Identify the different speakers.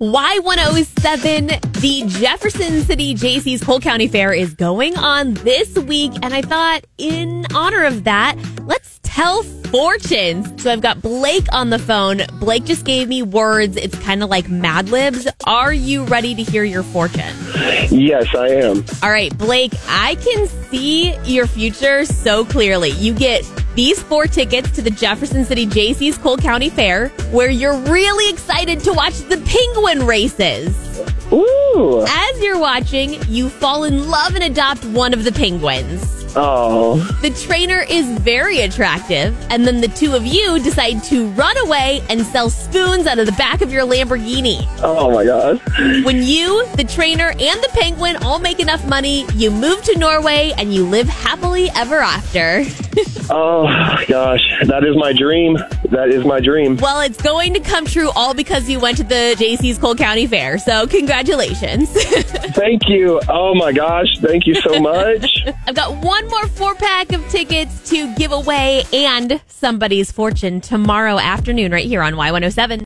Speaker 1: Y107, the Jefferson City JC's Cole County Fair is going on this week. And I thought, in honor of that, let's tell fortunes. So I've got Blake on the phone. Blake just gave me words. It's kind of like Mad Libs. Are you ready to hear your fortune?
Speaker 2: Yes, I am.
Speaker 1: All right, Blake, I can see your future so clearly. You get these four tickets to the Jefferson City JC's Cole County Fair, where you're really excited to watch the penguin races.
Speaker 2: Ooh.
Speaker 1: As you're watching, you fall in love and adopt one of the penguins.
Speaker 2: Oh.
Speaker 1: The trainer is very attractive, and then the two of you decide to run away and sell spoons out of the back of your Lamborghini.
Speaker 2: Oh my God.
Speaker 1: When you, the trainer, and the penguin all make enough money, you move to Norway and you live happily ever after.
Speaker 2: Oh gosh, that is my dream. That is my dream.
Speaker 1: Well, it's going to come true all because you went to the JC's Cole County Fair. So, congratulations.
Speaker 2: Thank you. Oh my gosh, thank you so much.
Speaker 1: I've got one more four pack of tickets to give away and somebody's fortune tomorrow afternoon right here on Y107.